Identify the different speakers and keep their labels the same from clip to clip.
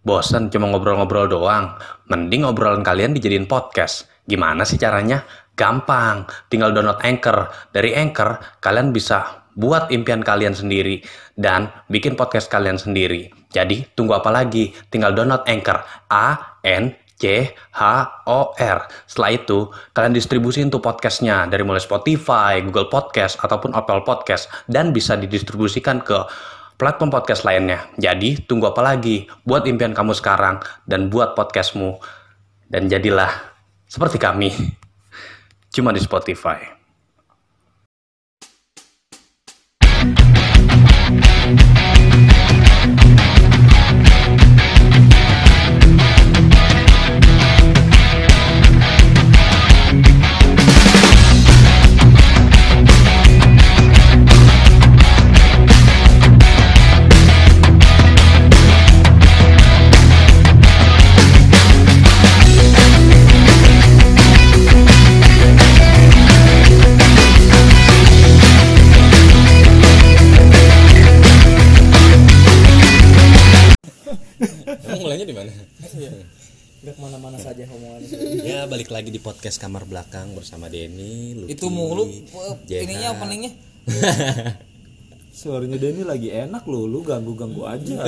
Speaker 1: Bosan cuma ngobrol-ngobrol doang? Mending obrolan kalian dijadiin podcast. Gimana sih caranya? Gampang, tinggal download Anchor. Dari Anchor, kalian bisa buat impian kalian sendiri dan bikin podcast kalian sendiri. Jadi, tunggu apa lagi? Tinggal download Anchor. A N C H O R. Setelah itu, kalian distribusiin tuh podcastnya dari mulai Spotify, Google Podcast, ataupun Apple Podcast dan bisa didistribusikan ke platform podcast lainnya. Jadi, tunggu apa lagi? Buat impian kamu sekarang dan buat podcastmu dan jadilah seperti kami. Cuma di Spotify.
Speaker 2: Emang mulainya di mana?
Speaker 3: udah kemana-mana saja omongan
Speaker 2: ya balik lagi di podcast kamar belakang bersama Denny, Lucky,
Speaker 4: itu mulu
Speaker 2: Jena.
Speaker 4: ininya openingnya
Speaker 3: suaranya Denny lagi enak loh lu ganggu ganggu aja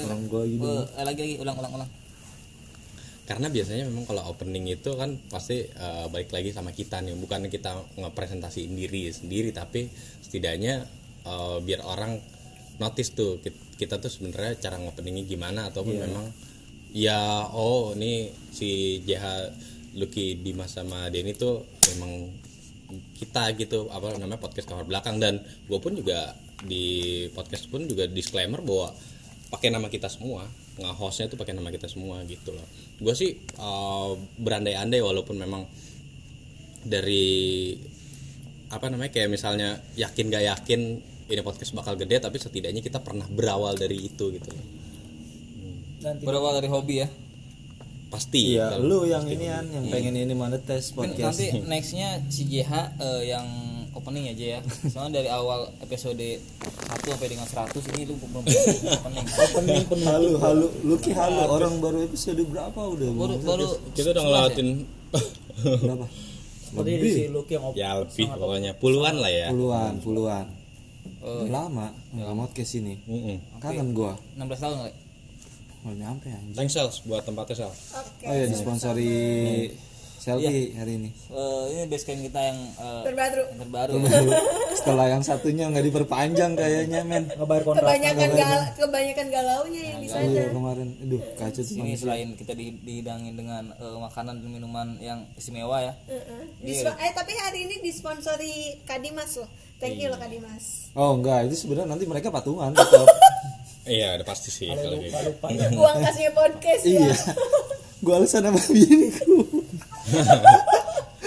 Speaker 3: orang gua gini
Speaker 4: Eh, lagi lagi ulang ulang ulang
Speaker 2: Karena biasanya memang kalau opening itu kan pasti eh, balik lagi sama kita nih, bukan kita ngepresentasiin diri sendiri, tapi setidaknya eh, biar orang notice tuh kit- kita tuh sebenarnya cara ngopeningnya gimana ataupun memang ya oh ini si JH Lucky Dimas sama Denny tuh memang kita gitu apa namanya podcast kamar belakang dan gue pun juga di podcast pun juga disclaimer bahwa pakai nama kita semua nggak hostnya tuh pakai nama kita semua gitu loh gue sih eh, berandai-andai walaupun memang dari apa namanya kayak misalnya yakin gak yakin ini podcast bakal gede tapi setidaknya kita pernah berawal dari itu gitu loh
Speaker 4: berawal dari hobi ya
Speaker 2: pasti
Speaker 3: iya
Speaker 2: kalau-
Speaker 3: lu yang inian yang pengen ini monetes
Speaker 4: Mungkin
Speaker 3: podcast
Speaker 4: nanti nextnya si JH eh, yang opening aja ya soalnya dari awal episode 1 sampai dengan 100 ini lu belum opening
Speaker 3: opening halu halu Lucky halu orang baru episode berapa udah
Speaker 4: baru baru
Speaker 2: kita udah ngelawatin
Speaker 3: berapa
Speaker 5: Tadi si Lucky yang op-
Speaker 2: ya lebih pokoknya puluhan lah ya
Speaker 3: puluhan puluhan Udah lama nggak mau ke sini
Speaker 2: Mm-mm.
Speaker 3: kangen gua
Speaker 4: 16 tahun kali
Speaker 3: mau nyampe anjing
Speaker 2: Thanks Sels buat tempatnya Sel.
Speaker 3: oh ya disponsori selfie hari ini
Speaker 4: Eh, ini basecamp kita yang eh,
Speaker 6: terbaru
Speaker 4: yang terbaru
Speaker 3: setelah yang satunya nggak diperpanjang kayaknya men
Speaker 5: ngebayar kontrak
Speaker 6: kebanyakan gal kebanyakan galaunya
Speaker 2: Nah,
Speaker 6: yang di sana
Speaker 3: Iya, kemarin aduh kacau sih
Speaker 4: ya. ini selain kita di- dihidangin dengan eh, makanan dan minuman yang istimewa ya
Speaker 6: Heeh.
Speaker 2: Iya.
Speaker 6: Dispo- eh tapi hari ini disponsori Kadimas loh thank you loh Kadimas
Speaker 3: Oh enggak, itu sebenarnya nanti mereka patungan gitu. tetap.
Speaker 2: Iya, udah pasti sih kalau kayak gitu.
Speaker 6: uang kasnya podcast ya
Speaker 3: iya. Gua alasan sama biniku.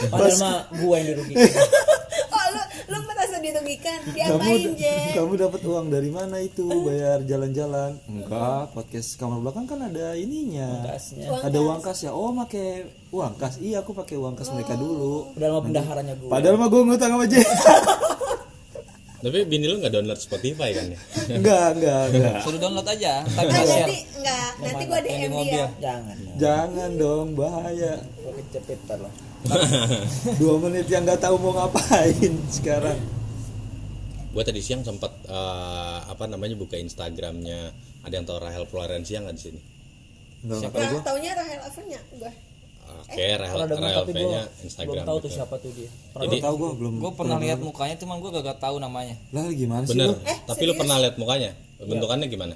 Speaker 5: padahal mah gue yang dirugikan
Speaker 6: oh lu lu merasa dirugikan
Speaker 3: Kamu
Speaker 6: diapain Je
Speaker 3: kamu dapat uang dari mana itu? Bayar jalan-jalan? Enggak, podcast kamar belakang kan ada ininya.
Speaker 5: Kasnya.
Speaker 3: Ada uang kas ya. Oh, pakai uang kas. Iya, aku pakai uang kas mereka dulu.
Speaker 5: padahal mah bendaharanya gue
Speaker 3: Padahal mah gua ngutang sama J.
Speaker 2: Tapi bini lu nggak download Spotify kan ya?
Speaker 3: enggak, enggak, enggak.
Speaker 4: suruh download aja tapi
Speaker 6: Ah,
Speaker 2: Iya.
Speaker 4: share
Speaker 6: nanti enggak nanti gua
Speaker 4: yang di
Speaker 6: DM
Speaker 4: mobil
Speaker 6: dia
Speaker 5: jangan
Speaker 3: Jangan dong, bahaya.
Speaker 5: gue kecepit ntar lah
Speaker 3: Dua menit yang nggak tahu mau ngapain sekarang.
Speaker 2: Gua tadi siang sempat eh, apa namanya buka Instagramnya ada yang tahu Rahel Florencia nggak di sini?
Speaker 3: Enggak,
Speaker 6: nah, taunya Rahel Avernya gua
Speaker 2: Oke, Rahel
Speaker 5: pernah dengar
Speaker 2: Rahel
Speaker 5: tapi gue
Speaker 2: V-nya Instagram.
Speaker 5: belum tahu tuh
Speaker 2: gitu.
Speaker 5: siapa tuh dia pernah
Speaker 3: enggak tahu gua belum.
Speaker 4: gue pernah lihat mukanya cuman gue gak tahu namanya
Speaker 3: Lah gimana sih?
Speaker 2: Bener.
Speaker 3: lu?
Speaker 2: Tapi lu pernah lihat mukanya? Bentukannya gimana?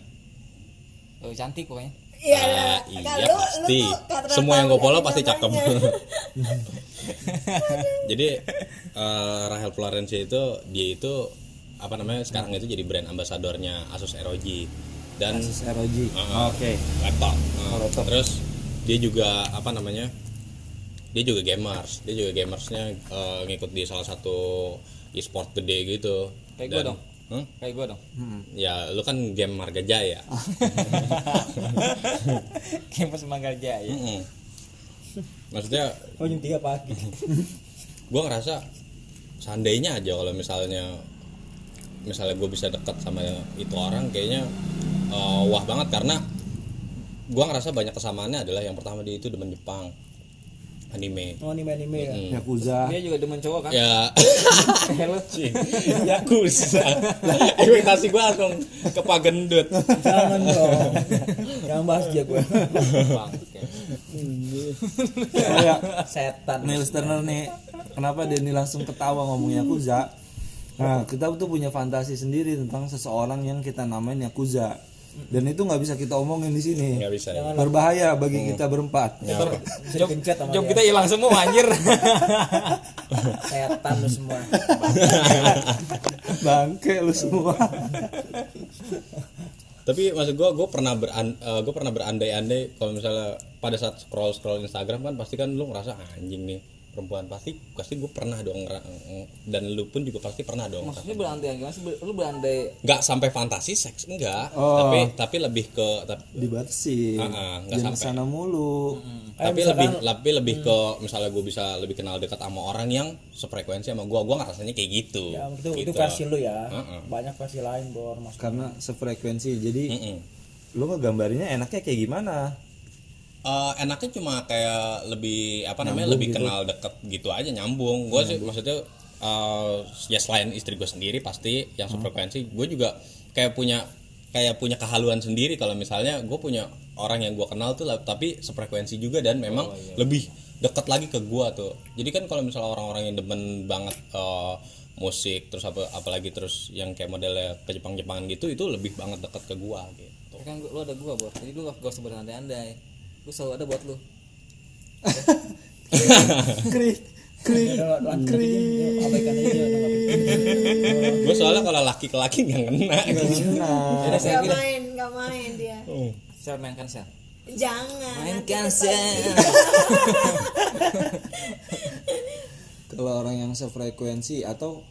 Speaker 4: Eh, cantik pokoknya
Speaker 6: Iya,
Speaker 2: Ah,
Speaker 6: nah,
Speaker 2: iya
Speaker 6: lu- lu
Speaker 2: pasti.
Speaker 6: tuh karena
Speaker 2: Semua yang
Speaker 6: tahu
Speaker 2: gue follow
Speaker 6: dari
Speaker 2: pasti cakep.
Speaker 6: namanya.
Speaker 2: jadi eh, Rahel Florencia itu dia itu apa namanya sekarang itu jadi brand ambasadornya Asus ROG dan
Speaker 3: ROG. Oke.
Speaker 2: laptop.
Speaker 4: Oh,
Speaker 2: Nah, Terus dia juga apa namanya? Dia juga gamers. Dia juga gamersnya eh, ngikut di salah satu e-sport gede gitu. Dan-
Speaker 4: Kayak gua dong.
Speaker 2: Hmm?
Speaker 4: kayak gue dong
Speaker 2: Ya, lu kan game Marga Jaya.
Speaker 4: Ah. kampus Mangga Jaya
Speaker 2: Mm-mm. Maksudnya
Speaker 5: oh jam 3 pagi
Speaker 2: gua ngerasa seandainya aja kalau misalnya misalnya gue bisa dekat sama itu orang kayaknya eh, wah banget karena gua ngerasa banyak kesamaannya adalah yang pertama dia itu demen Jepang anime
Speaker 5: Oh anime anime ya.
Speaker 3: Yakuza
Speaker 4: Iya. Dia juga demen cowok kan?
Speaker 5: Iya.
Speaker 2: ya
Speaker 5: Hello.
Speaker 2: Yakuza ekspektasi gua langsung ke Pagendut
Speaker 5: Jangan dong. Jangan bahas dia gue.
Speaker 4: Bang.
Speaker 3: kayak
Speaker 5: Setan.
Speaker 3: Neil Turner nih kenapa dia nih langsung ketawa ngomong Yakuza nah kita tuh punya fantasi sendiri tentang seseorang yang kita namain Yakuza dan itu nggak bisa kita omongin di sini
Speaker 2: nggak bisa ya.
Speaker 3: berbahaya bagi kita berempat
Speaker 5: Bisa dipencet sama
Speaker 4: Job
Speaker 5: dia.
Speaker 4: kita hilang semua anjir.
Speaker 5: Setan lu semua.
Speaker 3: bangke lu semua
Speaker 2: tapi maksud gua gua pernah beran eh, gua pernah berandai-andai kalau misalnya pada saat scroll scroll Instagram kan pasti kan lu ngerasa "Ah, anjing nih perempuan pasti pasti gua pernah dong ngera- dan lu pun juga pasti pernah dong
Speaker 4: Maksudnya berandai gimana sih? Ber- Lu berandai
Speaker 2: nggak sampai fantasi seks enggak
Speaker 3: Oh.
Speaker 2: tapi tapi lebih ke tap-
Speaker 5: Eh,
Speaker 3: dibatasi
Speaker 2: Ah, ah, nggak
Speaker 3: jangan
Speaker 2: sampai.
Speaker 3: sana mulu
Speaker 2: tapi lebih tapi lebih ke
Speaker 5: Hmm.
Speaker 2: misalnya gue bisa lebih kenal dekat sama orang yang sefrekuensi sama gue gue ngerasanya kayak gitu
Speaker 5: Ya, itu, itu
Speaker 2: Gitu.
Speaker 5: versi lu ya.
Speaker 2: Heeh.
Speaker 5: Banyak versi lain bor. Mas.
Speaker 3: karena sefrekuensi jadi
Speaker 2: Mm-mm.
Speaker 3: lu ngegambarinnya enaknya kayak gimana
Speaker 2: Eh, enaknya cuma kayak lebih apa namanya lebih kenal deket gitu aja nyambung gue sih maksudnya eh, ya selain istri gue sendiri pasti yang sefrekuensi gue juga kayak punya kayak punya kehaluan sendiri kalau misalnya gue punya orang yang gue kenal tuh lah- tapi sefrekuensi juga dan memang lebih deket lagi ke gue tuh jadi kan kalau misalnya orang-orang yang demen banget eh, musik terus apa apalagi terus yang kayak modelnya ke Jepang-Jepangan gitu itu lebih banget deket ke gue gitu
Speaker 4: kan gua- lu ada gua, Bor. Jadi lu gak gak usah berandai-andai. Lu selalu ada buat lu.
Speaker 3: krik krik krik
Speaker 5: Abaikan aja. udah nggak
Speaker 2: gue soalnya kalau laki ke laki nggak kena gitu.
Speaker 3: nah
Speaker 4: Ada saya
Speaker 6: Gak
Speaker 4: bilang,
Speaker 6: main, gak main dia.
Speaker 3: Hmm.
Speaker 4: "Sel mainkan sel."
Speaker 6: Jangan.
Speaker 4: Mainkan sel.
Speaker 3: kalau orang yang sefrekuensi atau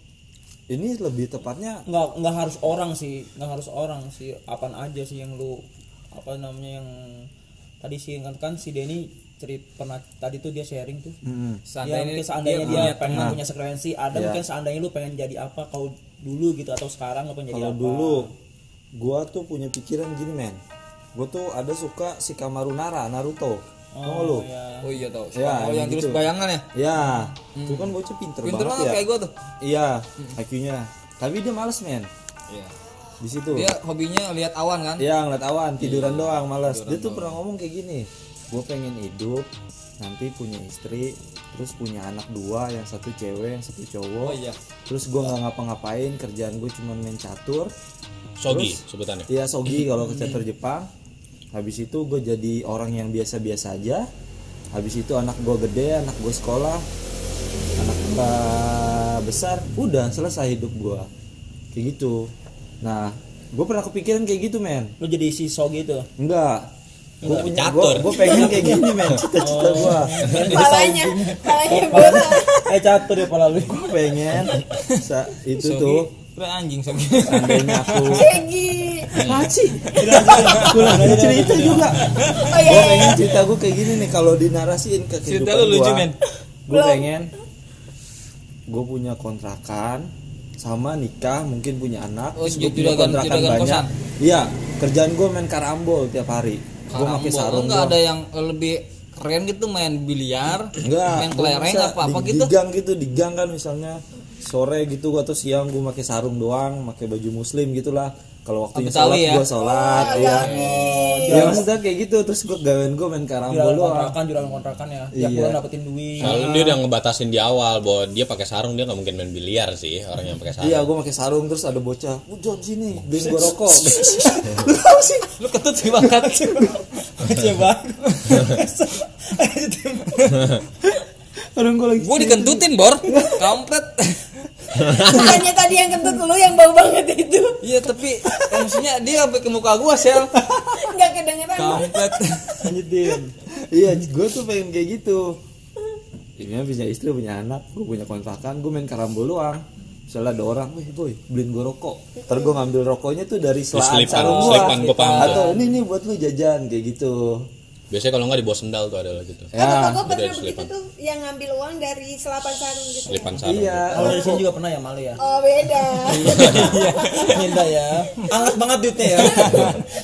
Speaker 3: ini lebih tepatnya
Speaker 5: nggak nggak harus orang sih nggak harus orang sih apaan aja sih yang lu apa namanya yang tadi sih kan kan si Denny cerit pernah tadi tuh dia sharing tuh
Speaker 3: Hmm.
Speaker 5: ya,
Speaker 4: Seandainya
Speaker 5: mungkin seandainya dia,
Speaker 4: dia Iya.
Speaker 5: pengen punya sekrensi ada mungkin seandainya lu pengen jadi apa kau dulu gitu atau sekarang
Speaker 4: Iya,
Speaker 5: lu pengen jadi
Speaker 3: kalau
Speaker 5: apa
Speaker 3: dulu gua tuh punya pikiran gini men gua tuh ada suka si Kamarunara Naruto oh, lu
Speaker 4: Oh iya tau.
Speaker 3: Ya,
Speaker 4: Oh yang terus
Speaker 3: gitu.
Speaker 4: bayangan ya.
Speaker 3: ya itu kan bocah pinter,
Speaker 4: Pinter
Speaker 3: banget
Speaker 4: banget
Speaker 3: ya
Speaker 4: kayak gua tuh.
Speaker 3: iya IQ-nya tapi dia males men
Speaker 4: Iya.
Speaker 3: di situ
Speaker 4: Dia hobinya lihat awan kan?
Speaker 3: Iya ngeliat awan tiduran doang malas. Dia tuh pernah ngomong kayak gini, gue pengen hidup nanti punya istri, terus punya anak dua, yang satu cewek, yang satu cowok.
Speaker 4: Oh iya.
Speaker 3: Terus gue nggak ngapa-ngapain, kerjaan gue cuman main catur.
Speaker 2: sogi sebutannya
Speaker 3: Iya sogi kalau ke catur Jepang. Habis itu gue jadi orang yang biasa-biasa aja. Habis itu anak gue gede, anak gue sekolah, anak gue besar, udah selesai hidup gue. Kayak gitu. Nah, gue pernah kepikiran kayak gitu men.
Speaker 5: lu jadi si Sogi tuh
Speaker 3: Enggak. Gue
Speaker 2: Enggak,
Speaker 3: punya
Speaker 2: catur.
Speaker 3: gue gue pengen kayak gini men cita-cita
Speaker 4: Oh.
Speaker 3: gue.
Speaker 6: Palanya, palanya bola.
Speaker 5: eh catur ya pala lu
Speaker 3: Gue pengen sa- itu
Speaker 4: Sogi.
Speaker 3: tuh
Speaker 4: Udah anjing sogi.
Speaker 3: seandainya aku
Speaker 6: Segi.
Speaker 3: Maci. Kurang cerita juga.
Speaker 6: Oh iya,
Speaker 3: Gue
Speaker 6: iya,
Speaker 3: pengen cerita gue kayak gini nih kalau dinarasiin ke kehidupan
Speaker 4: Cerita lu lucu,
Speaker 3: gua.
Speaker 4: men.
Speaker 3: Gue pengen gue punya kontrakan sama nikah mungkin punya anak
Speaker 4: Oh,
Speaker 3: terus gua punya
Speaker 4: juragan- juragan kosan.
Speaker 3: iya kerjaan gue main karambol tiap hari gue
Speaker 4: Karambol.
Speaker 3: pakai
Speaker 4: Lu
Speaker 3: sarung
Speaker 4: nggak
Speaker 3: doang.
Speaker 4: ada yang lebih keren gitu main biliar,
Speaker 3: Enggak.
Speaker 4: main kelereng apa apa gitu.
Speaker 3: Di gang gitu, di gang kan misalnya sore gitu gua atau siang gua pakai sarung doang, pakai baju muslim gitulah. Kalau waktunya
Speaker 4: Betawi
Speaker 3: sholat
Speaker 4: ya?
Speaker 3: gua sholat, ya. Ya maksudnya kayak gitu terus gua gawain gua main karambol
Speaker 4: Iya,
Speaker 5: jualan
Speaker 3: doang.
Speaker 5: kontrakan jualan kontrakan ya tiap
Speaker 3: Iya.
Speaker 5: bulan dapetin duit
Speaker 2: Soalnya
Speaker 3: Ah.
Speaker 2: dia udah ngebatasin di awal bahwa dia pakai sarung dia nggak mungkin main biliar sih orang yang pakai sarung.
Speaker 3: Iya, gua pakai sarung terus ada bocah, "Lu John sini, beliin gua rokok." Lu tahu sih?
Speaker 4: Lu ketut sih banget. Coba.
Speaker 3: Orang gua lagi
Speaker 4: Gua dikentutin, Bor. Kampret.
Speaker 6: Makanya tadi yang kentut lu yang bau banget itu.
Speaker 4: Iya, tapi maksudnya dia sampai ke muka gua, Sel.
Speaker 6: Enggak kedengeran.
Speaker 4: Kampret.
Speaker 3: lanjutin. Iya, gua tuh pengen kayak gitu. Ini punya istri, punya anak, gua punya kontrakan, gua main karambol doang. Misalnya ada orang, weh boy, beliin gua rokok. Ntar gua ngambil rokoknya tuh dari selaan
Speaker 2: selipan-
Speaker 3: sarung gua.
Speaker 2: selipan gua paham tuh.
Speaker 3: Atau ini nih buat lu jajan kayak gitu.
Speaker 2: biasanya kalau nggak di bawah sendal tuh ada gitu
Speaker 6: Kalau
Speaker 3: Ya,
Speaker 2: udah
Speaker 6: gue pernah
Speaker 2: ada
Speaker 6: begitu
Speaker 2: selipan.
Speaker 6: tuh yang ngambil uang dari selapan sarung gitu.
Speaker 2: selipan sarung gitu.
Speaker 3: iya.
Speaker 5: Kalau dari sini juga pernah ya malu ya.
Speaker 6: Oh beda.
Speaker 5: Minta ya. Anget banget duitnya ya.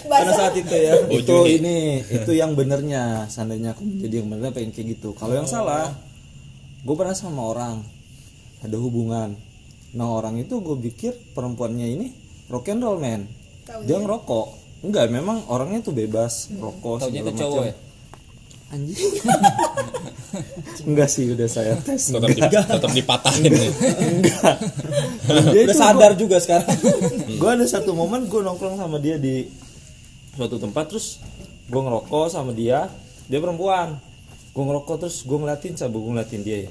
Speaker 5: Pada saat itu ya.
Speaker 3: itu
Speaker 2: Ujung di-
Speaker 3: ini itu yang benernya seandainya aku menjadi yang bener pengen kayak gitu kalau yang salah gue pernah sama orang ada hubungan nah orang itu gue pikir perempuannya ini rock and roll man dia ngerokok enggak memang orangnya tuh bebas rokok
Speaker 4: Taunya
Speaker 3: segala
Speaker 4: itu cowok
Speaker 3: macam.
Speaker 4: ya?
Speaker 3: anjing enggak sih udah saya tes
Speaker 2: tetap di, tetap dipatahin nih.
Speaker 3: Dia
Speaker 5: Udah
Speaker 3: itu
Speaker 5: sadar juga sekarang.
Speaker 3: gue ada satu momen gue nongkrong sama dia di suatu tempat terus gue ngerokok sama dia dia perempuan gue ngerokok terus gue ngeliatin sabu gue ngeliatin dia ya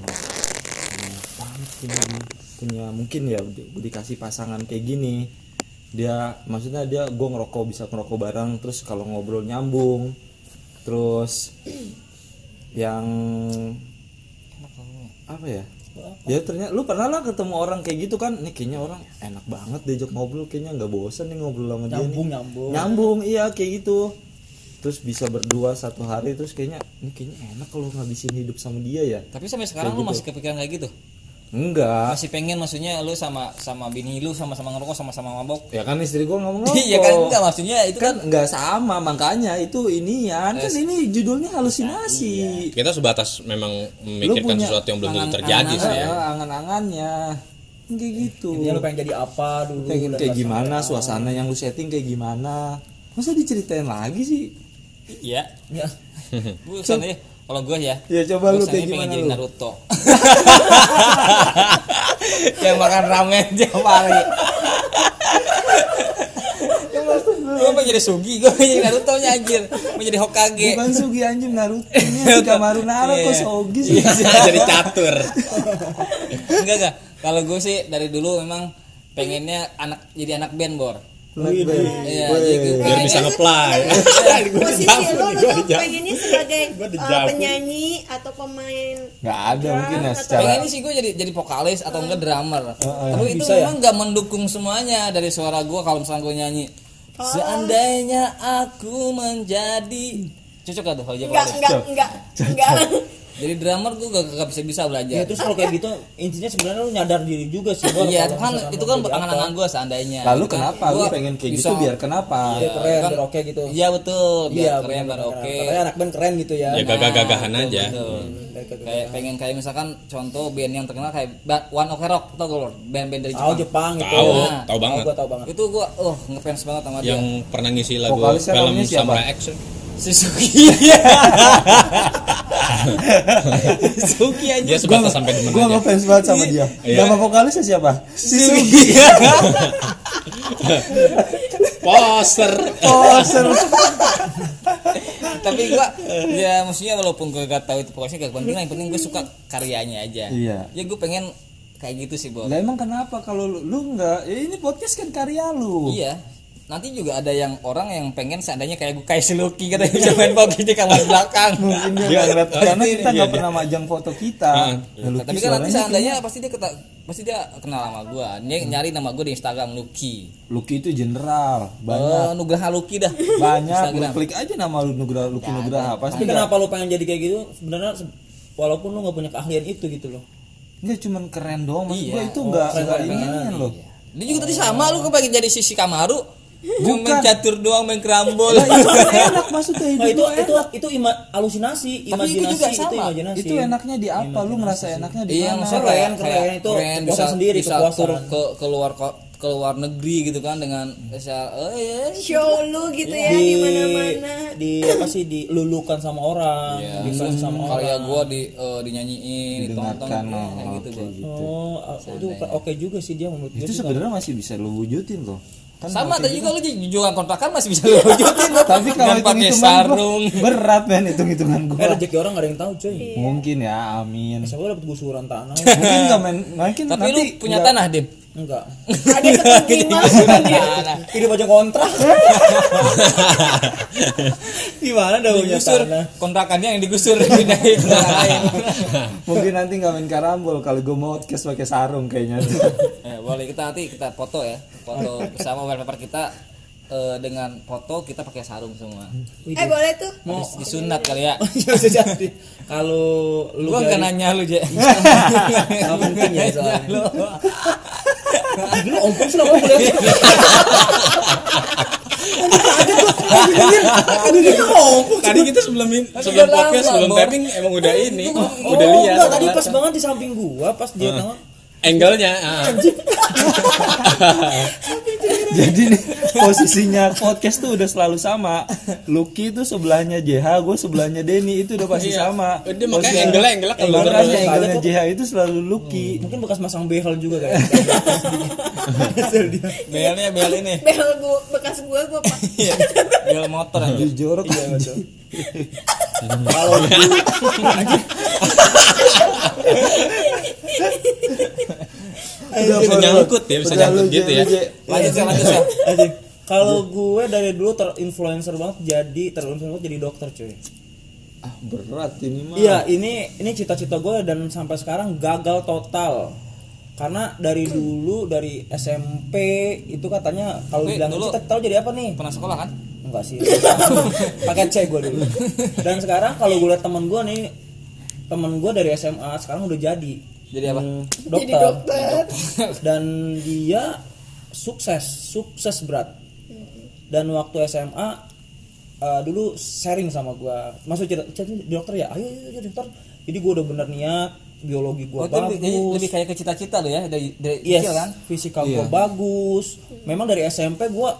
Speaker 3: banget punya, punya mungkin ya di- dikasih pasangan kayak gini dia maksudnya dia gue ngerokok bisa ngerokok bareng terus kalau ngobrol nyambung terus yang apa ya ya ternyata lu pernah lah ketemu orang kayak gitu kan nih kayaknya orang enak banget diajak ngobrol kayaknya nggak bosen nih ngobrol sama dia
Speaker 5: Nyambung,
Speaker 3: nih.
Speaker 5: nyambung.
Speaker 3: nyambung iya kayak gitu terus bisa berdua satu hari terus kayaknya nih kayaknya enak kalau ngabisin hidup sama dia ya
Speaker 4: Tapi sampai sekarang lu masih kepikiran kayak gitu?
Speaker 3: enggak
Speaker 4: Masih pengen maksudnya lu sama sama bini lu sama-sama ngerokok sama-sama mabok?
Speaker 3: ya kan istri gua ngomong
Speaker 4: Iya kan enggak maksudnya itu kan
Speaker 3: kan nggak sama makanya itu inian kan ini judulnya halusinasi
Speaker 4: Iya.
Speaker 2: kita sebatas memang memikirkan
Speaker 3: punya
Speaker 2: sesuatu yang belum tentu terjadi sih ya
Speaker 3: Ah, angan-angannya kayak gitu
Speaker 5: Intinya lu pengen jadi apa dulu?
Speaker 3: pengen
Speaker 5: dan
Speaker 3: kayak
Speaker 5: pas-
Speaker 3: gimana suasana yang lu setting kayak gimana masa diceritain lagi sih
Speaker 4: Iya.
Speaker 5: Ya.
Speaker 4: Gue sana ya. Kalau gue ya.
Speaker 3: Ya, coba
Speaker 4: gua
Speaker 3: lu
Speaker 4: sana
Speaker 3: kayak
Speaker 4: pengen
Speaker 3: gimana
Speaker 4: jadi
Speaker 3: lu?
Speaker 4: Naruto. yang makan ramen tiap hari.
Speaker 3: Ya,
Speaker 4: gue pengen jadi Sugi, gue pengen jadi Naruto nya anjir, mau jadi Hokage.
Speaker 3: bukan Sugi anjing Naruto nya Kamaru Naruto kok
Speaker 4: Iya.
Speaker 3: Sogi sih
Speaker 2: jadi catur
Speaker 3: Iya.
Speaker 4: Enggak enggak. Kalau gue sih dari dulu memang pengennya anak jadi anak band bor.
Speaker 3: Black Belt.
Speaker 4: Iya,
Speaker 3: Weh.
Speaker 4: jadi gue-
Speaker 2: biar bisa ngeplay
Speaker 6: Posisi lu lu tuh pengennya sebagai
Speaker 2: Gua
Speaker 6: eh,
Speaker 2: dijawab.
Speaker 6: penyanyi atau pemain
Speaker 3: nggak ada mungkin ya
Speaker 6: atau-
Speaker 3: secara
Speaker 4: pengen Iya. sih gue jadi jadi vokalis atau enggak drummer tapi itu
Speaker 5: Bisa ya?
Speaker 4: memang nggak mendukung semuanya dari suara gue kalau misalnya gue nyanyi
Speaker 5: Oh.
Speaker 4: seandainya aku menjadi cocok gak tuh kalau jadi
Speaker 6: enggak
Speaker 4: vokalis?
Speaker 6: enggak enggak enggak
Speaker 4: jadi drummer gue gak, bisa bisa
Speaker 5: Ya
Speaker 4: belajar
Speaker 5: terus kalau kayak gitu intinya sebenarnya lu nyadar diri juga sih. Bor,
Speaker 4: iya
Speaker 5: kalau
Speaker 4: itu kan itu
Speaker 5: misalkan lu
Speaker 4: kan
Speaker 5: jadi
Speaker 4: angan-angan
Speaker 5: apa.
Speaker 4: gue seandainya
Speaker 3: lalu
Speaker 4: gitu kan.
Speaker 3: kenapa lu
Speaker 4: Gua
Speaker 3: pengen kayak
Speaker 4: bisa-
Speaker 3: gitu biar kenapa
Speaker 5: Biar keren,
Speaker 4: kan-
Speaker 5: biar oke gitu.
Speaker 4: iya betul biar
Speaker 5: Iya,
Speaker 4: keren
Speaker 5: bener,
Speaker 4: biar
Speaker 5: keren.
Speaker 4: oke Nah,
Speaker 5: Katanya anak band keren gitu ya.
Speaker 3: Iya.
Speaker 2: ya gagah-gagahan aja
Speaker 4: Betul.
Speaker 5: Kayak gitu.
Speaker 4: kayak pengen kayak misalkan contoh band yang terkenal kayak Ba- One Ok Rock tau gak Lord? band-band dari
Speaker 5: Tahu
Speaker 4: Jepang
Speaker 5: Jepang gitu.
Speaker 2: tahu
Speaker 5: Tahu,
Speaker 2: tahu banget
Speaker 5: gua tahu banget.
Speaker 4: itu gue oh ngefans banget sama dia
Speaker 2: yang pernah ngisi lagu
Speaker 3: Vokalisnya
Speaker 2: film
Speaker 3: namanya siapa?
Speaker 2: Samurai X
Speaker 4: Suzuki
Speaker 3: Iya.
Speaker 4: Suzuki aja
Speaker 2: dia sebatas sampai demen
Speaker 4: Iya.
Speaker 3: gua
Speaker 2: aja
Speaker 3: ngefans banget sama dia
Speaker 2: Iya.
Speaker 3: nama vokalisnya siapa si Sugi
Speaker 2: poster
Speaker 3: oh seru
Speaker 4: tapi gua ya maksudnya walaupun gua gak tahu itu pokoknya gak penting lah. yang penting gue suka karyanya aja
Speaker 3: Iya.
Speaker 4: ya gue pengen kayak gitu sih Bob
Speaker 3: lah emang kenapa kalau lu, lu nggak ya ini podcast kan karya lu
Speaker 4: iya nanti juga ada yang orang yang pengen seandainya kayak gue kayak si Lucky katanya bisa main pogi di kamar belakang
Speaker 3: mungkin dia
Speaker 4: iya.
Speaker 3: nggak ngeliat karena kita nggak pernah majang foto kita Nah, Lalu
Speaker 4: tapi kan nanti seandainya pasti dia keta- pasti dia kenal sama gua dia
Speaker 3: Hmm.
Speaker 4: nyari nama gue di Instagram Lucky
Speaker 3: Lucky itu general banyak
Speaker 4: Oh, Nugraha Lucky dah
Speaker 3: banyak lu
Speaker 4: Instagram. Ya,
Speaker 3: klik aja nama lu Nugraha Lucky Nugraha pasti
Speaker 5: Tapi
Speaker 4: Iya.
Speaker 5: kenapa lu pengen jadi kayak gitu? Sebenarnya se- walaupun lu nggak punya keahlian itu gitu loh.
Speaker 3: nggak cuman keren doang maksud
Speaker 4: Iya.
Speaker 3: gua itu nggak nggak inian loh
Speaker 4: Dia juga tadi sama lu kepengen jadi sisi Kamaru. Cuma main catur doang main kerambol.
Speaker 3: itu
Speaker 5: kan
Speaker 4: Oh,
Speaker 3: enak maksudnya hidup
Speaker 5: Nah, itu
Speaker 3: lu
Speaker 5: itu itu ima- halusinasi,
Speaker 4: Tapi itu juga
Speaker 5: imajinasi,
Speaker 4: sama.
Speaker 5: imajinasi.
Speaker 3: itu enaknya di apa lu merasa enaknya di
Speaker 4: Iya,
Speaker 3: mana
Speaker 4: maksudnya
Speaker 5: Keren,
Speaker 4: kayak-
Speaker 5: keren,
Speaker 4: kayak
Speaker 5: itu
Speaker 4: keren,
Speaker 5: kepuasan sendiri,
Speaker 4: bisa
Speaker 5: kepuasan.
Speaker 4: tur ke keluar ko- keluar negeri gitu kan dengan bisa oh iya.
Speaker 6: show lu gitu ya
Speaker 5: di
Speaker 6: di mana-mana
Speaker 5: di apa sih dilulukan sama orang, dibahas
Speaker 4: Hmm,
Speaker 5: sama
Speaker 4: Karya
Speaker 5: orang.
Speaker 4: gua di eh, dinyanyiin, ditonton
Speaker 3: Didengarkan,
Speaker 4: ya,
Speaker 3: oh,
Speaker 4: kayak gitu
Speaker 3: oke,
Speaker 4: gua.
Speaker 3: gitu.
Speaker 5: Oh, itu oke juga sih dia menurut
Speaker 3: itu
Speaker 5: gue.
Speaker 3: sebenarnya masih bisa lu wujudin loh kan
Speaker 4: Sama tadi juga lu jualan kontrakan masih bisa lu wujudin lu.
Speaker 3: tapi kalau
Speaker 4: Dengan pakai
Speaker 3: hitung-hitungan gua
Speaker 4: sarung.
Speaker 3: berat men hitung-hitungan
Speaker 5: Eh,
Speaker 3: gua
Speaker 5: rezeki orang gak ada yang tahu, coy.
Speaker 3: mungkin ya amin
Speaker 5: Siapa dapat gusuran tanah?
Speaker 3: mungkin nggak main mungkin
Speaker 4: Tapi
Speaker 3: nanti
Speaker 4: lu punya
Speaker 3: nggak-
Speaker 4: tanah, Dim.
Speaker 5: Enggak.
Speaker 6: ada keterima
Speaker 4: Tanah.
Speaker 5: Hidup aja kontrak. Gimana dah punya
Speaker 4: Digusur
Speaker 5: tanah?
Speaker 4: kontrakannya yang digusur pindahin ke lain.
Speaker 3: mungkin nanti nggak main karambol kalau gua mau podcast pakai sarung kayaknya
Speaker 4: Eh, boleh kita nanti kita foto ya foto bersama wallpaper kita eh, dengan foto kita pakai sarung semua.
Speaker 6: eh boleh tuh
Speaker 4: Mau disunat kali ya.
Speaker 5: Oh, iya, Bisa jadi. Kalau lu
Speaker 4: Gua enggak
Speaker 5: dari-
Speaker 4: nanya lu, Je.
Speaker 5: Nggak
Speaker 2: Iya,
Speaker 5: penting ya soalnya.
Speaker 4: Lu.
Speaker 5: Lu ompong sih ompong kuliah. Aduh, kaget gua. Aduh, dia ompong.
Speaker 2: Tadi kita sebelum in- sebelum
Speaker 4: udah
Speaker 2: podcast,
Speaker 4: lama,
Speaker 2: sebelum
Speaker 4: Bang.
Speaker 2: taping emang udah ini,
Speaker 5: Oh,
Speaker 2: udah lihat. Ah.
Speaker 5: enggak, tadi pas
Speaker 2: ternyata.
Speaker 5: banget di samping gua pas dia nengok.
Speaker 2: Angle-nya. ah.
Speaker 3: Jadi nih, posisinya podcast tuh udah selalu sama. Lucky tuh sebelahnya JH, gue sebelahnya Denny itu udah pasti
Speaker 2: Iya.
Speaker 3: sama.
Speaker 2: Udah, makanya angle-nya- Iya. angle-nya kalau
Speaker 3: kalau
Speaker 5: terus.
Speaker 3: makanya angle-nya
Speaker 5: Kalau tuh-
Speaker 3: JH itu selalu Lucky.
Speaker 5: Mungkin bekas masang behel juga kayaknya. Hasil dia.
Speaker 4: Belnya bel ini.
Speaker 6: bel gua bekas gua gua pak
Speaker 4: Iya. Bel motor
Speaker 5: Iya,
Speaker 4: aja.
Speaker 3: Jorok aja. Kalau
Speaker 2: Bisa nyangkut ya, bisa nyangkut gitu ya.
Speaker 4: Lanjut ya,
Speaker 5: iya.
Speaker 4: lanjut ya.
Speaker 5: Aduh, Kalau gue dari dulu terinfluencer banget jadi terinfluencer banget jadi dokter cuy.
Speaker 3: Ah, berat ini mah.
Speaker 5: Iya, ini ini cita-cita gue dan sampai sekarang gagal total. Karena dari dulu dari SMP itu katanya kalau
Speaker 4: Tapi
Speaker 5: bilang
Speaker 4: dulu-
Speaker 5: cita-cita lu jadi apa nih?
Speaker 4: Pernah sekolah kan?
Speaker 5: Enggak sih. Pakai C gue dulu. Dan sekarang kalau gue liat temen gue nih temen gue dari SMA sekarang udah jadi
Speaker 4: Jadi
Speaker 5: Eh,
Speaker 4: apa?
Speaker 6: jadi
Speaker 5: dokter
Speaker 6: dokter
Speaker 5: dan dia sukses sukses berat dan waktu SMA eh, dulu sharing sama gua masuk cerita cerita di dokter ya ayo ayo, ayo, dokter jadi gua udah bener niat biologi
Speaker 4: Oh,
Speaker 5: gua
Speaker 4: itu lebih, jadi
Speaker 5: bagus
Speaker 4: lebih kayak ke cita-cita lu ya dari dari
Speaker 5: yes
Speaker 4: kecil kan?
Speaker 5: fisikal gua bagus memang dari SMP gua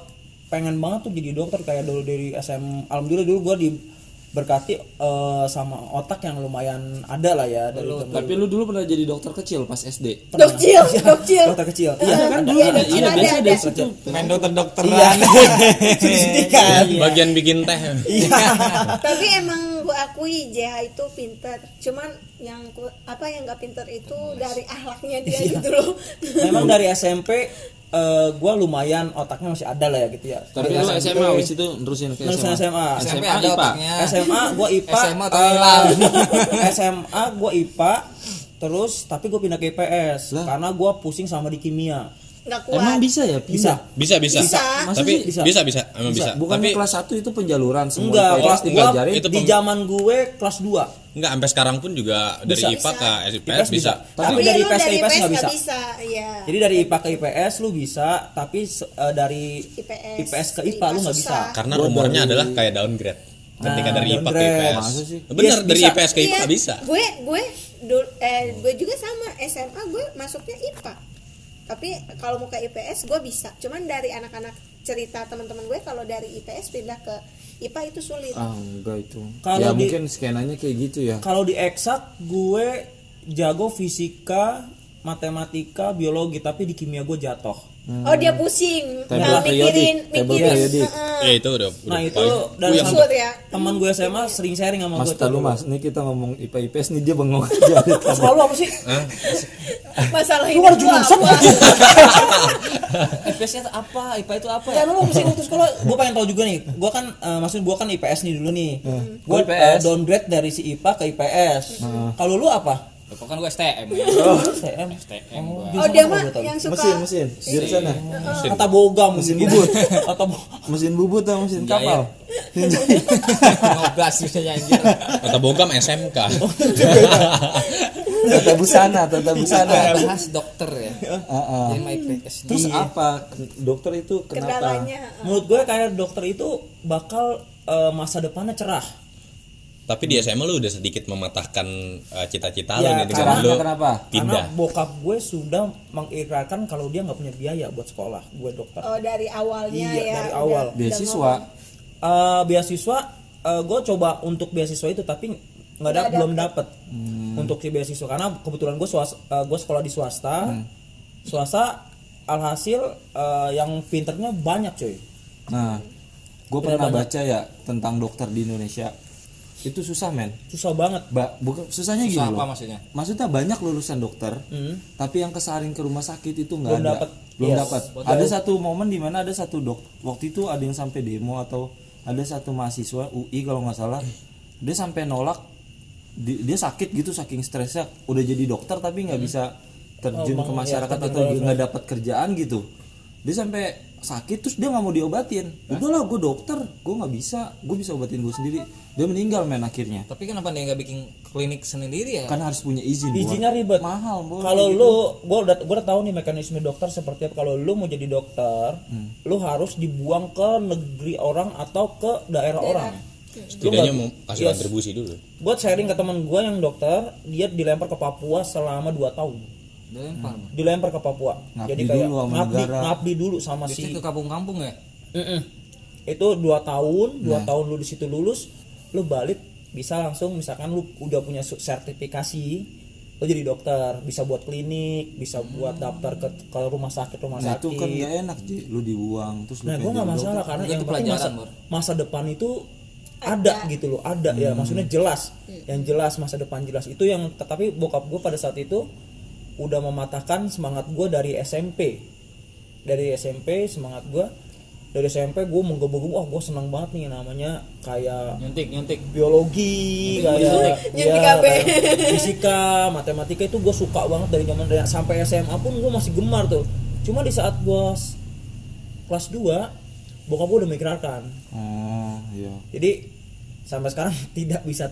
Speaker 5: pengen banget tuh jadi dokter kayak dulu dari SM alhamdulillah dulu gua diberkati eh, sama otak yang lumayan ada lah ya dari
Speaker 7: Tapi lu dulu pernah jadi dokter kecil pas SD.
Speaker 6: dokcil dokcil
Speaker 5: dokter kecil iya kan
Speaker 6: iya dokcil
Speaker 7: Iya,
Speaker 6: ada
Speaker 7: biasa
Speaker 6: ada
Speaker 7: dari situ.
Speaker 4: Main dokter-dokteran.
Speaker 5: Iya, sedih-sedihkan
Speaker 2: Bagian bikin teh.
Speaker 6: tapi emang gue akui JH itu pinter cuman yang ku- apa yang nggak pinter itu dari ahlaknya dia gitu loh
Speaker 5: memang dari SMP eh gue lumayan otaknya masih ada lah ya gitu ya
Speaker 7: Tapi lu SMA wis itu nerusin ke
Speaker 5: Nerusin SMA.
Speaker 7: SMA,
Speaker 4: SMP ada
Speaker 7: IPA.
Speaker 4: otaknya.
Speaker 5: SMA gue IPA
Speaker 4: SMA otak hilang.
Speaker 5: eh, SMA gue IPA terus tapi gue pindah ke IPS karena gue pusing sama di kimia
Speaker 6: nggak
Speaker 7: Emang
Speaker 6: kuat
Speaker 7: bisa ya?
Speaker 5: bisa
Speaker 7: Pindah?
Speaker 2: Bisa, bisa.
Speaker 6: Bisa.
Speaker 7: Masa
Speaker 2: Tapi
Speaker 7: sih?
Speaker 2: bisa,
Speaker 5: Bisa.
Speaker 2: bisa, emang bisa.
Speaker 7: Bukannya
Speaker 2: Tapi
Speaker 7: kelas 1 itu penjaluran semua
Speaker 5: enggak kelas
Speaker 2: enggak,
Speaker 5: gua
Speaker 2: jadi itu
Speaker 5: di
Speaker 2: pem-
Speaker 5: zaman gue kelas 2
Speaker 2: enggak sampai sekarang pun juga dari
Speaker 5: Bisa.
Speaker 2: IPA ke IPS
Speaker 5: IPS
Speaker 2: bisa.
Speaker 5: bisa.
Speaker 6: tapi,
Speaker 5: Tapi dari
Speaker 6: lu
Speaker 5: IPS
Speaker 6: dari IPS
Speaker 5: nggak
Speaker 6: nggak
Speaker 5: bisa.
Speaker 6: bisa iya
Speaker 5: jadi dari IPA ke IPS lu bisa tapi se- eh, dari
Speaker 6: IPS.
Speaker 5: IPS ke IPA lu nggak bisa
Speaker 6: Susah.
Speaker 2: Karena rumornya adalah kayak downgrade. Ketika dari IPA ke
Speaker 5: downgrade.
Speaker 2: IPS.
Speaker 7: Masa sih?
Speaker 2: Bener,
Speaker 5: Yes,
Speaker 2: dari
Speaker 5: bisa.
Speaker 2: IPS ke IPA
Speaker 6: Iya,
Speaker 2: nggak bisa.
Speaker 6: gue gue dul- eh, gue juga sama SMA gue masuknya IPA tapi kalau mau ke IPS gue bisa cuman dari anak-anak cerita teman-teman gue kalau dari IPS pindah ke IPA itu sulit
Speaker 7: Ah, enggak itu. ya
Speaker 5: Kalau di-
Speaker 7: mungkin skenanya kayak gitu ya.
Speaker 5: Kalau di eksak gue jago fisika, matematika, biologi, tapi di kimia gue jatuh.
Speaker 6: oh dia pusing
Speaker 7: Table
Speaker 6: Nah,
Speaker 7: periodic,
Speaker 6: mikirin
Speaker 7: table
Speaker 6: mikirin
Speaker 7: periodic.
Speaker 6: heeh.
Speaker 2: Ya itu udah.
Speaker 5: Nah
Speaker 2: udah
Speaker 5: itu
Speaker 2: paling-
Speaker 5: dan
Speaker 6: Iya,
Speaker 5: sama
Speaker 6: Sur, ya.
Speaker 5: teman gue SMA sering sharing sama
Speaker 7: Mas
Speaker 5: gue.
Speaker 7: Talu Mas, ini kita ngomong IPA IPS nih dia bengong aja.
Speaker 5: Sekolah lu apa sih?
Speaker 2: Eh?
Speaker 6: masalah
Speaker 5: Lu
Speaker 6: itu
Speaker 5: ada jurusan
Speaker 6: apa?
Speaker 4: IPS itu apa? IPA itu apa
Speaker 6: Iya,
Speaker 4: ya?
Speaker 5: Ya lu apa sih waktu sekolah? Gue pengen tahu juga nih. Gue kan eh, maksud gue kan IPS nih dulu nih.
Speaker 7: Iya.
Speaker 5: Gue
Speaker 7: IPS.
Speaker 5: downgrade dari si IPA ke IPS.
Speaker 7: Iya.
Speaker 5: Kalau lu apa?
Speaker 4: Ya, Kok kan gua STM ya.
Speaker 2: Oh.
Speaker 5: STM.
Speaker 4: STM gua.
Speaker 6: oh dia mah
Speaker 5: Jurusan apa gua tahu?
Speaker 6: yang suka
Speaker 7: mesin, mesin. Jurusan
Speaker 5: Iya,
Speaker 7: ya?
Speaker 5: Kata bogam
Speaker 7: Mesin
Speaker 5: gitu.
Speaker 7: bubut.
Speaker 5: Kata bo-
Speaker 7: Mesin bubut sama mesin
Speaker 5: Iya,
Speaker 7: kapal.
Speaker 4: 15 misalnya anjir.
Speaker 2: Kata Bogam SMK.
Speaker 5: iya.
Speaker 7: Tata busana, tata busana.
Speaker 4: Bahas dokter ya.
Speaker 5: Iya.
Speaker 7: Heeh.
Speaker 4: Jadi mah IPS.
Speaker 7: Terus apa? Dokter itu kenapa?
Speaker 6: kendalanya
Speaker 5: Menurut gue kayak dokter itu bakal eh, masa depannya cerah.
Speaker 2: Tapi di SMA lu udah sedikit mematahkan eh, cita-cita lu
Speaker 5: Ya,
Speaker 2: nih dengan
Speaker 7: Caranya
Speaker 2: lu
Speaker 7: kenapa?
Speaker 2: pindah.
Speaker 5: Karena bokap gue sudah mengikrarkan kalau dia nggak punya biaya buat sekolah, gue dokter.
Speaker 6: oh dari awalnya
Speaker 5: Iya,
Speaker 6: ya
Speaker 5: dari
Speaker 6: udah-
Speaker 5: awal.
Speaker 6: udah
Speaker 7: Beasiswa.
Speaker 5: Eh, beasiswa, eh, gue coba untuk beasiswa itu tapi nggak ada belum dapet
Speaker 3: Hmm.
Speaker 5: untuk si beasiswa karena kebetulan gue swas- eh, gue sekolah di swasta,
Speaker 3: Hmm.
Speaker 5: swasta alhasil eh, yang pinternya banyak cuy.
Speaker 7: Nah, gue pernah baca ya tentang dokter di Indonesia. Itu susah men.
Speaker 5: Susah banget.
Speaker 7: Ba bukan susahnya gini
Speaker 4: Susah
Speaker 7: loh.
Speaker 4: apa maksudnya?
Speaker 7: Maksudnya banyak lulusan dokter, tapi yang kesaring ke rumah sakit itu nggak
Speaker 5: Hmm. Belum
Speaker 7: ada.
Speaker 5: dapet.
Speaker 7: Belum
Speaker 5: Yes.
Speaker 7: dapat.
Speaker 5: Betul.
Speaker 7: Ada satu momen di mana ada satu dok. Waktu itu ada yang sampai demo atau ada satu mahasiswa UI kalau nggak salah, dia sampai nolak. Di- dia sakit gitu saking stresnya, udah jadi dokter
Speaker 5: Hmm. Oh, ya,
Speaker 7: tapi nggak bisa terjun ke masyarakat atau nggak dapat kerjaan gitu. Dia sampai
Speaker 3: sakit terus dia nggak mau diobatin udahlah gue dokter gue nggak bisa gue bisa obatin gue sendiri dia meninggal men akhirnya
Speaker 4: Tapi kenapa dia nggak bikin klinik sendiri ya?
Speaker 3: kan harus punya izin buat-
Speaker 5: izinnya ribet
Speaker 3: mahal gitu. Bu.
Speaker 5: kalau lu gua udah gua udah tahu nih mekanisme dokter seperti apa kalau lu mau jadi dokter
Speaker 3: Hmm.
Speaker 5: lu harus dibuang ke negeri orang atau ke daerah, orang
Speaker 2: setidaknya
Speaker 5: Lu
Speaker 2: mau
Speaker 5: nggak-
Speaker 2: kasih
Speaker 5: Yes.
Speaker 2: kontribusi dulu
Speaker 5: gua sharing ke teman gua yang dokter dia dilempar ke Papua selama 2 tahun
Speaker 4: Dilempar. Bang.
Speaker 5: dilempar ke Papua
Speaker 3: Ngabdi
Speaker 5: jadi kayak
Speaker 3: dulu sama
Speaker 5: ngabdi,
Speaker 3: negara.
Speaker 5: ngabdi dulu sama si
Speaker 4: Biasanya ke kampung-kampung ya?
Speaker 5: Mm-mm. itu dua tahun
Speaker 3: Nah.
Speaker 5: dua tahun lu di situ lulus lu balik bisa langsung misalkan lu udah punya su- sertifikasi lu jadi dokter bisa buat klinik bisa buat daftar ke, ke rumah sakit rumah
Speaker 3: nah
Speaker 5: sakit
Speaker 3: itu kan nggak enak Ji. lu dibuang terus lu
Speaker 5: nah gue
Speaker 3: pengen
Speaker 5: nggak
Speaker 3: jadi
Speaker 5: masalah
Speaker 3: dokter.
Speaker 5: karena
Speaker 4: Enggak,
Speaker 5: yang
Speaker 4: itu
Speaker 5: penting masa,
Speaker 4: pelajaran, Bor.
Speaker 5: masa depan itu ada gitu loh ada ya maksudnya jelas yang jelas masa depan jelas itu yang tetapi bokap gue pada saat itu udah mematahkan semangat gue dari SMP dari SMP semangat gue dari SMP gue menggebu-gebu wah gue senang "Oh, banget nih namanya kayak
Speaker 4: Nyuntik, nyuntik.
Speaker 5: biologi kayak
Speaker 6: Nyuntik
Speaker 5: ya,
Speaker 6: apa?
Speaker 5: kayak fisika matematika itu gue suka banget dari zaman dari- sampai SMA pun gue masih gemar tuh cuma di saat gue s- kelas 2 bokap gue udah migrarkan
Speaker 3: oh iya
Speaker 5: jadi sampai sekarang tidak bisa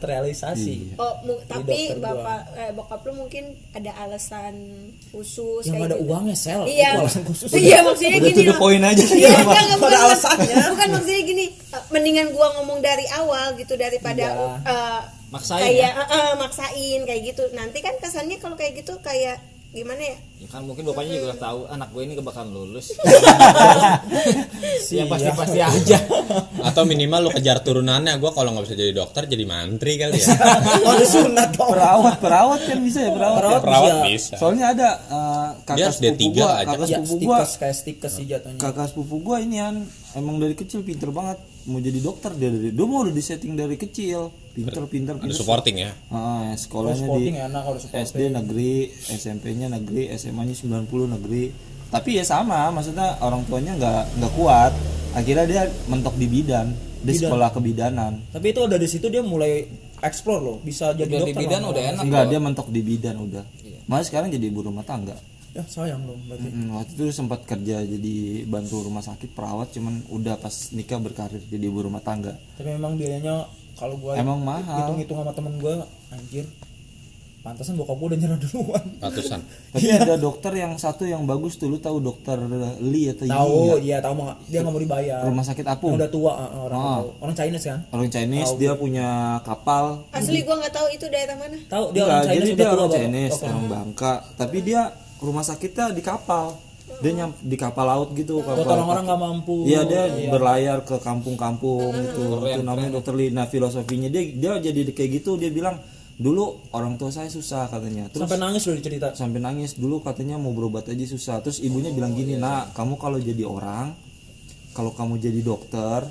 Speaker 4: Iya.
Speaker 5: terrealisasi
Speaker 6: Oh, mu- tapi
Speaker 5: dokter
Speaker 6: bapak eh, bokap lu mungkin ada alasan khusus
Speaker 5: yang
Speaker 6: kayak
Speaker 5: ada
Speaker 6: gitu.
Speaker 5: uangnya sel
Speaker 6: Iya.
Speaker 5: itu alasan khusus
Speaker 6: Iya, maksudnya
Speaker 3: udah
Speaker 6: gini.
Speaker 3: tuh the
Speaker 6: loh.
Speaker 3: point aja
Speaker 6: Iya, enggak, enggak, bukan,
Speaker 5: Ada
Speaker 6: bukan.
Speaker 5: alasannya.
Speaker 6: Bukan maksudnya gini, eh, mendingan gua ngomong dari awal gitu daripada
Speaker 5: Iya. ya?
Speaker 6: eh,
Speaker 4: Maksain
Speaker 6: kayak eh, eh, maksain kayak gitu. Nanti kan kesannya kalau kayak gitu kayak gimana ya?
Speaker 4: Ya kan mungkin bapaknya juga udah tahu anak gue ini kebakaran lulus.
Speaker 5: sih
Speaker 4: ya pasti-pasti aja.
Speaker 2: atau minimal lu kejar turunannya gue kalau nggak bisa jadi dokter jadi mantri kali ya
Speaker 5: oh disunat dong
Speaker 3: perawat perawat kan bisa ya perawat,
Speaker 5: Perawat
Speaker 3: ya?
Speaker 2: perawat
Speaker 5: Iya.
Speaker 2: bisa
Speaker 3: soalnya ada eh,
Speaker 2: Dia
Speaker 3: kakak
Speaker 2: harus
Speaker 3: sepupu
Speaker 2: D3
Speaker 3: gua
Speaker 2: aja.
Speaker 3: kakak
Speaker 5: ya
Speaker 3: sepupu gua
Speaker 5: stikers kayak stikers
Speaker 4: Nah.
Speaker 5: sih jatuhnya
Speaker 3: kakak sepupu gua ini kan emang dari kecil pinter banget mau jadi dokter dia dari dia mau udah disetting dari kecil pinter pinter
Speaker 2: ada
Speaker 3: pinter
Speaker 2: supporting ya
Speaker 3: Ah, sekolahnya di
Speaker 5: sporting enak kalau sporting
Speaker 3: SD negeri, SMP-nya negeri, SMA-nya 90 negeri. Tapi ya sama, maksudnya orang tuanya nggak nggak kuat. Akhirnya dia mentok di bidan, di sekolah kebidanan.
Speaker 5: tapi itu udah di situ dia mulai explore loh bisa jadi
Speaker 4: Udah di
Speaker 5: dokter
Speaker 4: bidan
Speaker 5: lama-lama.
Speaker 4: udah ya? enak.
Speaker 3: Enggak, dia mentok di bidan udah.
Speaker 5: Iya.
Speaker 3: Malah sekarang jadi ibu rumah tangga.
Speaker 5: ya sayang dong berarti
Speaker 3: Mm, waktu itu sempat kerja jadi bantu rumah sakit perawat, cuman udah pas nikah berkarir jadi ibu rumah tangga.
Speaker 5: tapi memang biayanya kalau gua
Speaker 3: Emang mahal.
Speaker 5: hitung-hitung sama temen gua anjir pantasan bokap gua udah nyerah duluan
Speaker 2: ratusan
Speaker 3: Tapi
Speaker 5: Iya.
Speaker 3: ada dokter yang satu yang bagus tuh, lu tahu dokter Lee atau Yi
Speaker 5: tahu
Speaker 3: nggak?
Speaker 5: iya tahu mah dia nggak mau dibayar
Speaker 3: rumah sakit
Speaker 5: Yang
Speaker 3: apung.
Speaker 5: udah tua ah, ah, orang
Speaker 3: Ah.
Speaker 5: tahu. orang Chinese kan
Speaker 3: Orang Chinese dia punya kapal,
Speaker 6: Asli gua nggak tahu itu daerah mana.
Speaker 5: tahu dia
Speaker 3: Enggak,
Speaker 5: orang Chinese
Speaker 3: jadi
Speaker 5: udah
Speaker 3: dia
Speaker 5: tua
Speaker 3: orang
Speaker 5: Bapak.
Speaker 3: Chinese,
Speaker 5: Oke.
Speaker 3: orang Bangka, tapi dia rumah sakitnya di kapal. Dia nyam, di kapal laut gitu, kapal.
Speaker 5: buat orang-orang nggak mampu
Speaker 3: Iya, dia berlayar ke kampung-kampung gitu. Itu namanya dokter Lina filosofinya dia dia jadi kayak gitu, dia bilang dulu orang tua saya susah katanya. Terus
Speaker 5: sampai nangis loh dicerita
Speaker 3: sampai nangis dulu katanya mau berobat aja susah terus ibunya bilang gini nak kamu kalau jadi orang kalau kamu jadi dokter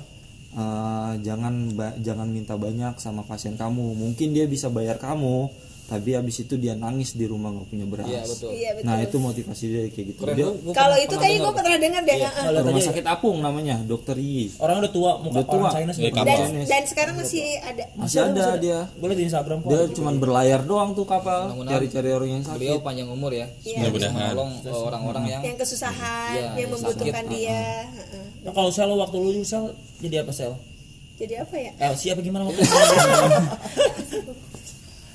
Speaker 3: eh, jangan ba- jangan minta banyak sama pasien kamu mungkin dia bisa bayar kamu tapi habis itu dia nangis di rumah nggak punya beras
Speaker 6: Iya, betul.
Speaker 3: nah itu motivasi dia kayak gitu dia
Speaker 6: Kalau itu kayaknya gua pernah dengar
Speaker 5: Iya,
Speaker 6: deh. eh, ha, ha.
Speaker 3: rumah sakit apung namanya dokter Yi
Speaker 5: orang udah tua
Speaker 3: Udah
Speaker 5: muka
Speaker 3: tua. Iya,
Speaker 5: orang Chinese
Speaker 2: Dari
Speaker 5: muka
Speaker 2: kapal.
Speaker 6: Dan, dan sekarang masih ada.
Speaker 3: masih ada dia
Speaker 5: boleh di Instagram kok
Speaker 3: dia cuman berlayar doang tuh kapal cari-cari orang yang sakit
Speaker 4: Beliau panjang umur ya.
Speaker 6: Iya.
Speaker 2: mudah-mudahan
Speaker 4: Tolong eh, orang-orang yang
Speaker 6: Yang kesusahan,
Speaker 4: Iya,
Speaker 6: yang
Speaker 4: yang
Speaker 6: membutuhkan dia. ha, ha.
Speaker 5: Nah, kalau sel waktu lu sel jadi apa sel
Speaker 6: Jadi apa ya?
Speaker 5: LC apa gimana waktu itu?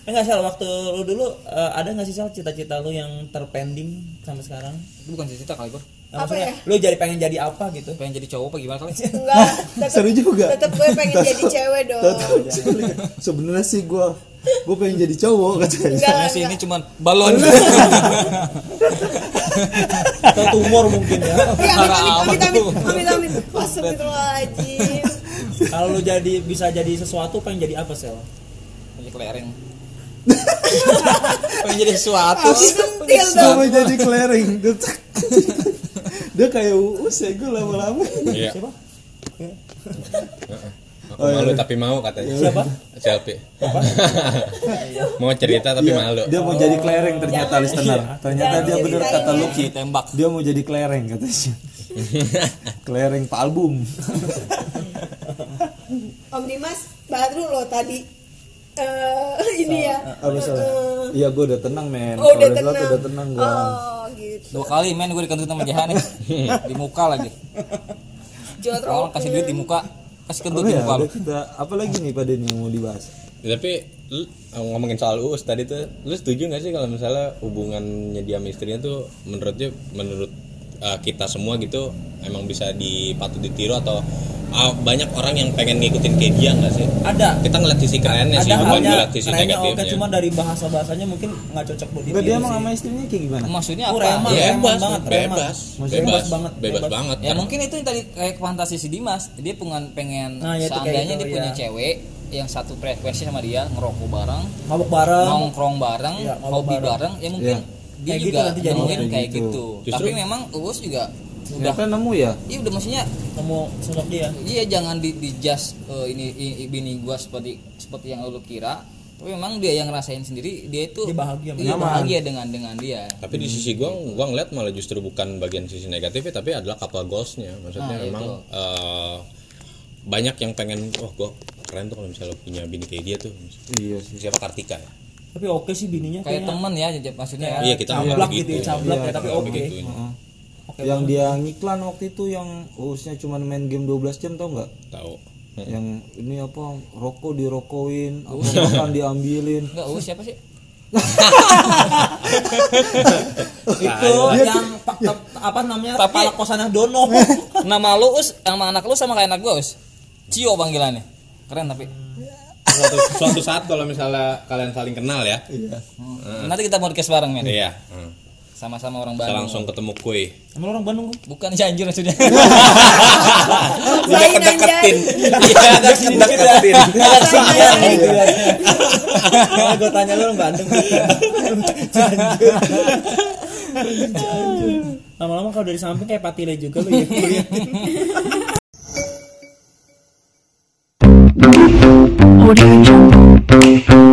Speaker 5: Enggak sel waktu lu dulu eh, ada nggak sih sel cita-cita lu yang terpending sampai sekarang?
Speaker 4: itu bukan cerita kali bro.
Speaker 5: Nah,
Speaker 6: Apa
Speaker 5: maksudnya lu jadi pengen jadi apa gitu?
Speaker 4: Pengen jadi cowok apa gimana kali?
Speaker 6: Enggak, tetep-
Speaker 3: Seru juga.
Speaker 6: Tetep gue pengen jadi cewek dong.
Speaker 3: sebenarnya sih gue gue pengen jadi cowok katanya
Speaker 4: Soalnya sih ini cuman balon.
Speaker 5: Atau tumor mungkin ya.
Speaker 6: Iya, amit amit amit
Speaker 4: Amin,
Speaker 6: amit amit amit. Astagfirullahaladzim.
Speaker 5: Kalau lu jadi bisa jadi sesuatu pengen jadi apa sel?
Speaker 4: Punya kelereng. Pengen jadi sesuatu.
Speaker 6: Sentil
Speaker 3: Gua
Speaker 6: dong.
Speaker 3: mau jadi clearing dia kayak
Speaker 7: "Uh,
Speaker 3: uus ya gue lama-lama
Speaker 2: iya
Speaker 5: Siapa? Oh, iya.
Speaker 2: Aku malu tapi mau katanya
Speaker 5: Siapa?
Speaker 2: selfie mau cerita
Speaker 5: Iya.
Speaker 2: tapi malu
Speaker 3: dia mau jadi clearing ternyata listener ternyata
Speaker 6: iya. Jangan
Speaker 3: dia
Speaker 6: jadi
Speaker 3: bener
Speaker 6: clearing
Speaker 3: kata
Speaker 6: ya.
Speaker 3: Lucky
Speaker 4: Ditembak.
Speaker 3: dia mau jadi clearing katanya clearing pak album
Speaker 6: Om Dimas baru loh tadi eh ini ya.
Speaker 3: apa salah iya gue udah tenang men
Speaker 6: Oh,
Speaker 3: Kalau
Speaker 6: udah
Speaker 3: udah telat,
Speaker 6: Oh, tenang.
Speaker 3: udah tenang gue
Speaker 6: Oh, gitu. gitu
Speaker 4: dua kali men gue dikentut sama jahat nih di muka lagi
Speaker 6: jorok
Speaker 4: orang kasih duit di muka kasih kentut di
Speaker 7: ya,
Speaker 4: muka lu
Speaker 7: udah kita apa lagi nih pada yang mau dibahas?
Speaker 2: Ya, Tapi lu eh, ngomongin soal Uus tadi tuh, lu setuju gak sih kalau misalnya hubungannya dia sama istrinya tuh menurutnya menurut eh, kita semua gitu emang bisa dipatut ditiru atau ah, banyak orang yang pengen ngikutin kayak dia gak sih?
Speaker 5: ada
Speaker 2: Kita ngeliat sisi kerennya sih,
Speaker 5: ada
Speaker 2: bukan
Speaker 5: halnya
Speaker 2: ngeliat sisi
Speaker 5: kerennya
Speaker 2: negatifnya.
Speaker 5: oke cuma dari bahasa bahasanya mungkin nggak cocok buat
Speaker 7: Enggak dia
Speaker 5: ditiru
Speaker 7: emang
Speaker 5: Iya sih.
Speaker 7: sama istrinya kayak gimana?
Speaker 4: maksudnya
Speaker 5: Oh,
Speaker 4: apa
Speaker 5: reman,
Speaker 4: ya,
Speaker 2: Iya,
Speaker 5: reman
Speaker 2: bebas,
Speaker 5: banget,
Speaker 2: bebas,
Speaker 5: reman.
Speaker 2: bebas,
Speaker 5: Maksudnya
Speaker 2: bebas,
Speaker 5: bebas banget,
Speaker 2: bebas
Speaker 5: bebas.
Speaker 2: banget.
Speaker 4: ya mungkin itu yang tadi kayak fantasi si Dimas dia pengen pengen
Speaker 5: Nah, ya itu kayak
Speaker 4: seandainya
Speaker 5: gitu,
Speaker 4: dia punya
Speaker 5: ya.
Speaker 4: cewek yang satu frekuensi sama dia ngerokok bareng
Speaker 5: mabuk bareng
Speaker 4: nongkrong bareng
Speaker 5: Ya, mabok
Speaker 4: hobi
Speaker 5: Iya. bareng.
Speaker 4: bareng. ya mungkin dia
Speaker 5: Kayak gitu
Speaker 4: juga
Speaker 5: nanti
Speaker 4: gitu,
Speaker 5: jadinya.
Speaker 4: kayak
Speaker 7: Kayak gitu.
Speaker 4: gitu, tapi memang Uus juga udah
Speaker 7: Ternyata nemu ya?
Speaker 4: iya udah maksudnya
Speaker 5: ketemu sosok dia
Speaker 4: Iya jangan di, di judge eh, ini, i- i- bini gua seperti seperti yang lu kira. Tapi memang dia yang ngerasain sendiri dia itu
Speaker 5: Dia bahagia,
Speaker 4: Iya, bahagia dengan dengan dia.
Speaker 2: Tapi di sisi gua, gua ngeliat malah justru bukan bagian sisi negatifnya, tapi adalah couple goalsnya.
Speaker 5: Ah,
Speaker 2: Maksudnya
Speaker 4: Nah,
Speaker 5: iya
Speaker 2: memang
Speaker 4: itu.
Speaker 2: eh, banyak yang pengen, wah gua keren tuh kalau misalnya punya bini kayak dia tuh.
Speaker 7: Iya sih.
Speaker 2: Siapa Kartika ya?
Speaker 5: tapi oke sih bininya
Speaker 4: Kayak
Speaker 5: kayaknya
Speaker 4: teman ya jaj- maksudnya ya.
Speaker 2: Iya, kita
Speaker 5: cablak
Speaker 2: awalnya
Speaker 5: gitu ya
Speaker 2: gitu.
Speaker 5: cablak ya tapi oke
Speaker 2: Begitu.
Speaker 7: Heeh.
Speaker 5: Oke
Speaker 7: yang dia ngiklan waktu itu yang usnya cuma main game 12 jam tau nggak?
Speaker 2: Tahu.
Speaker 7: Yang ini apa rokok dirokoin, apa makan diambilin.
Speaker 4: Enggak, oh siapa sih?
Speaker 5: itu yang pa- tap- apa namanya
Speaker 4: Tapi-
Speaker 5: kepala kosannya Dono
Speaker 4: Nama lu Us, nama anak lu sama kayak anak gua Us. Cio panggilannya. Keren tapi.
Speaker 2: Suatu, suatu saat kalau misalnya kalian saling kenal ya.
Speaker 5: Iya.
Speaker 4: Nanti kita podcast bareng men.
Speaker 2: Iya. Hmm.
Speaker 4: Sama-sama orang
Speaker 2: Kita
Speaker 4: Bandung.
Speaker 2: langsung ketemu kuy.
Speaker 5: emang lu orang Bandung lu?
Speaker 4: Bukan Cianjur maksudnya.
Speaker 2: Udah kedeketin. Iya, udah kedeketin.
Speaker 5: Kalau gue tanya lu orang Bandung Janjur. lama-lama kalau dari samping kayak patile juga lu ya
Speaker 8: Audio Jungle.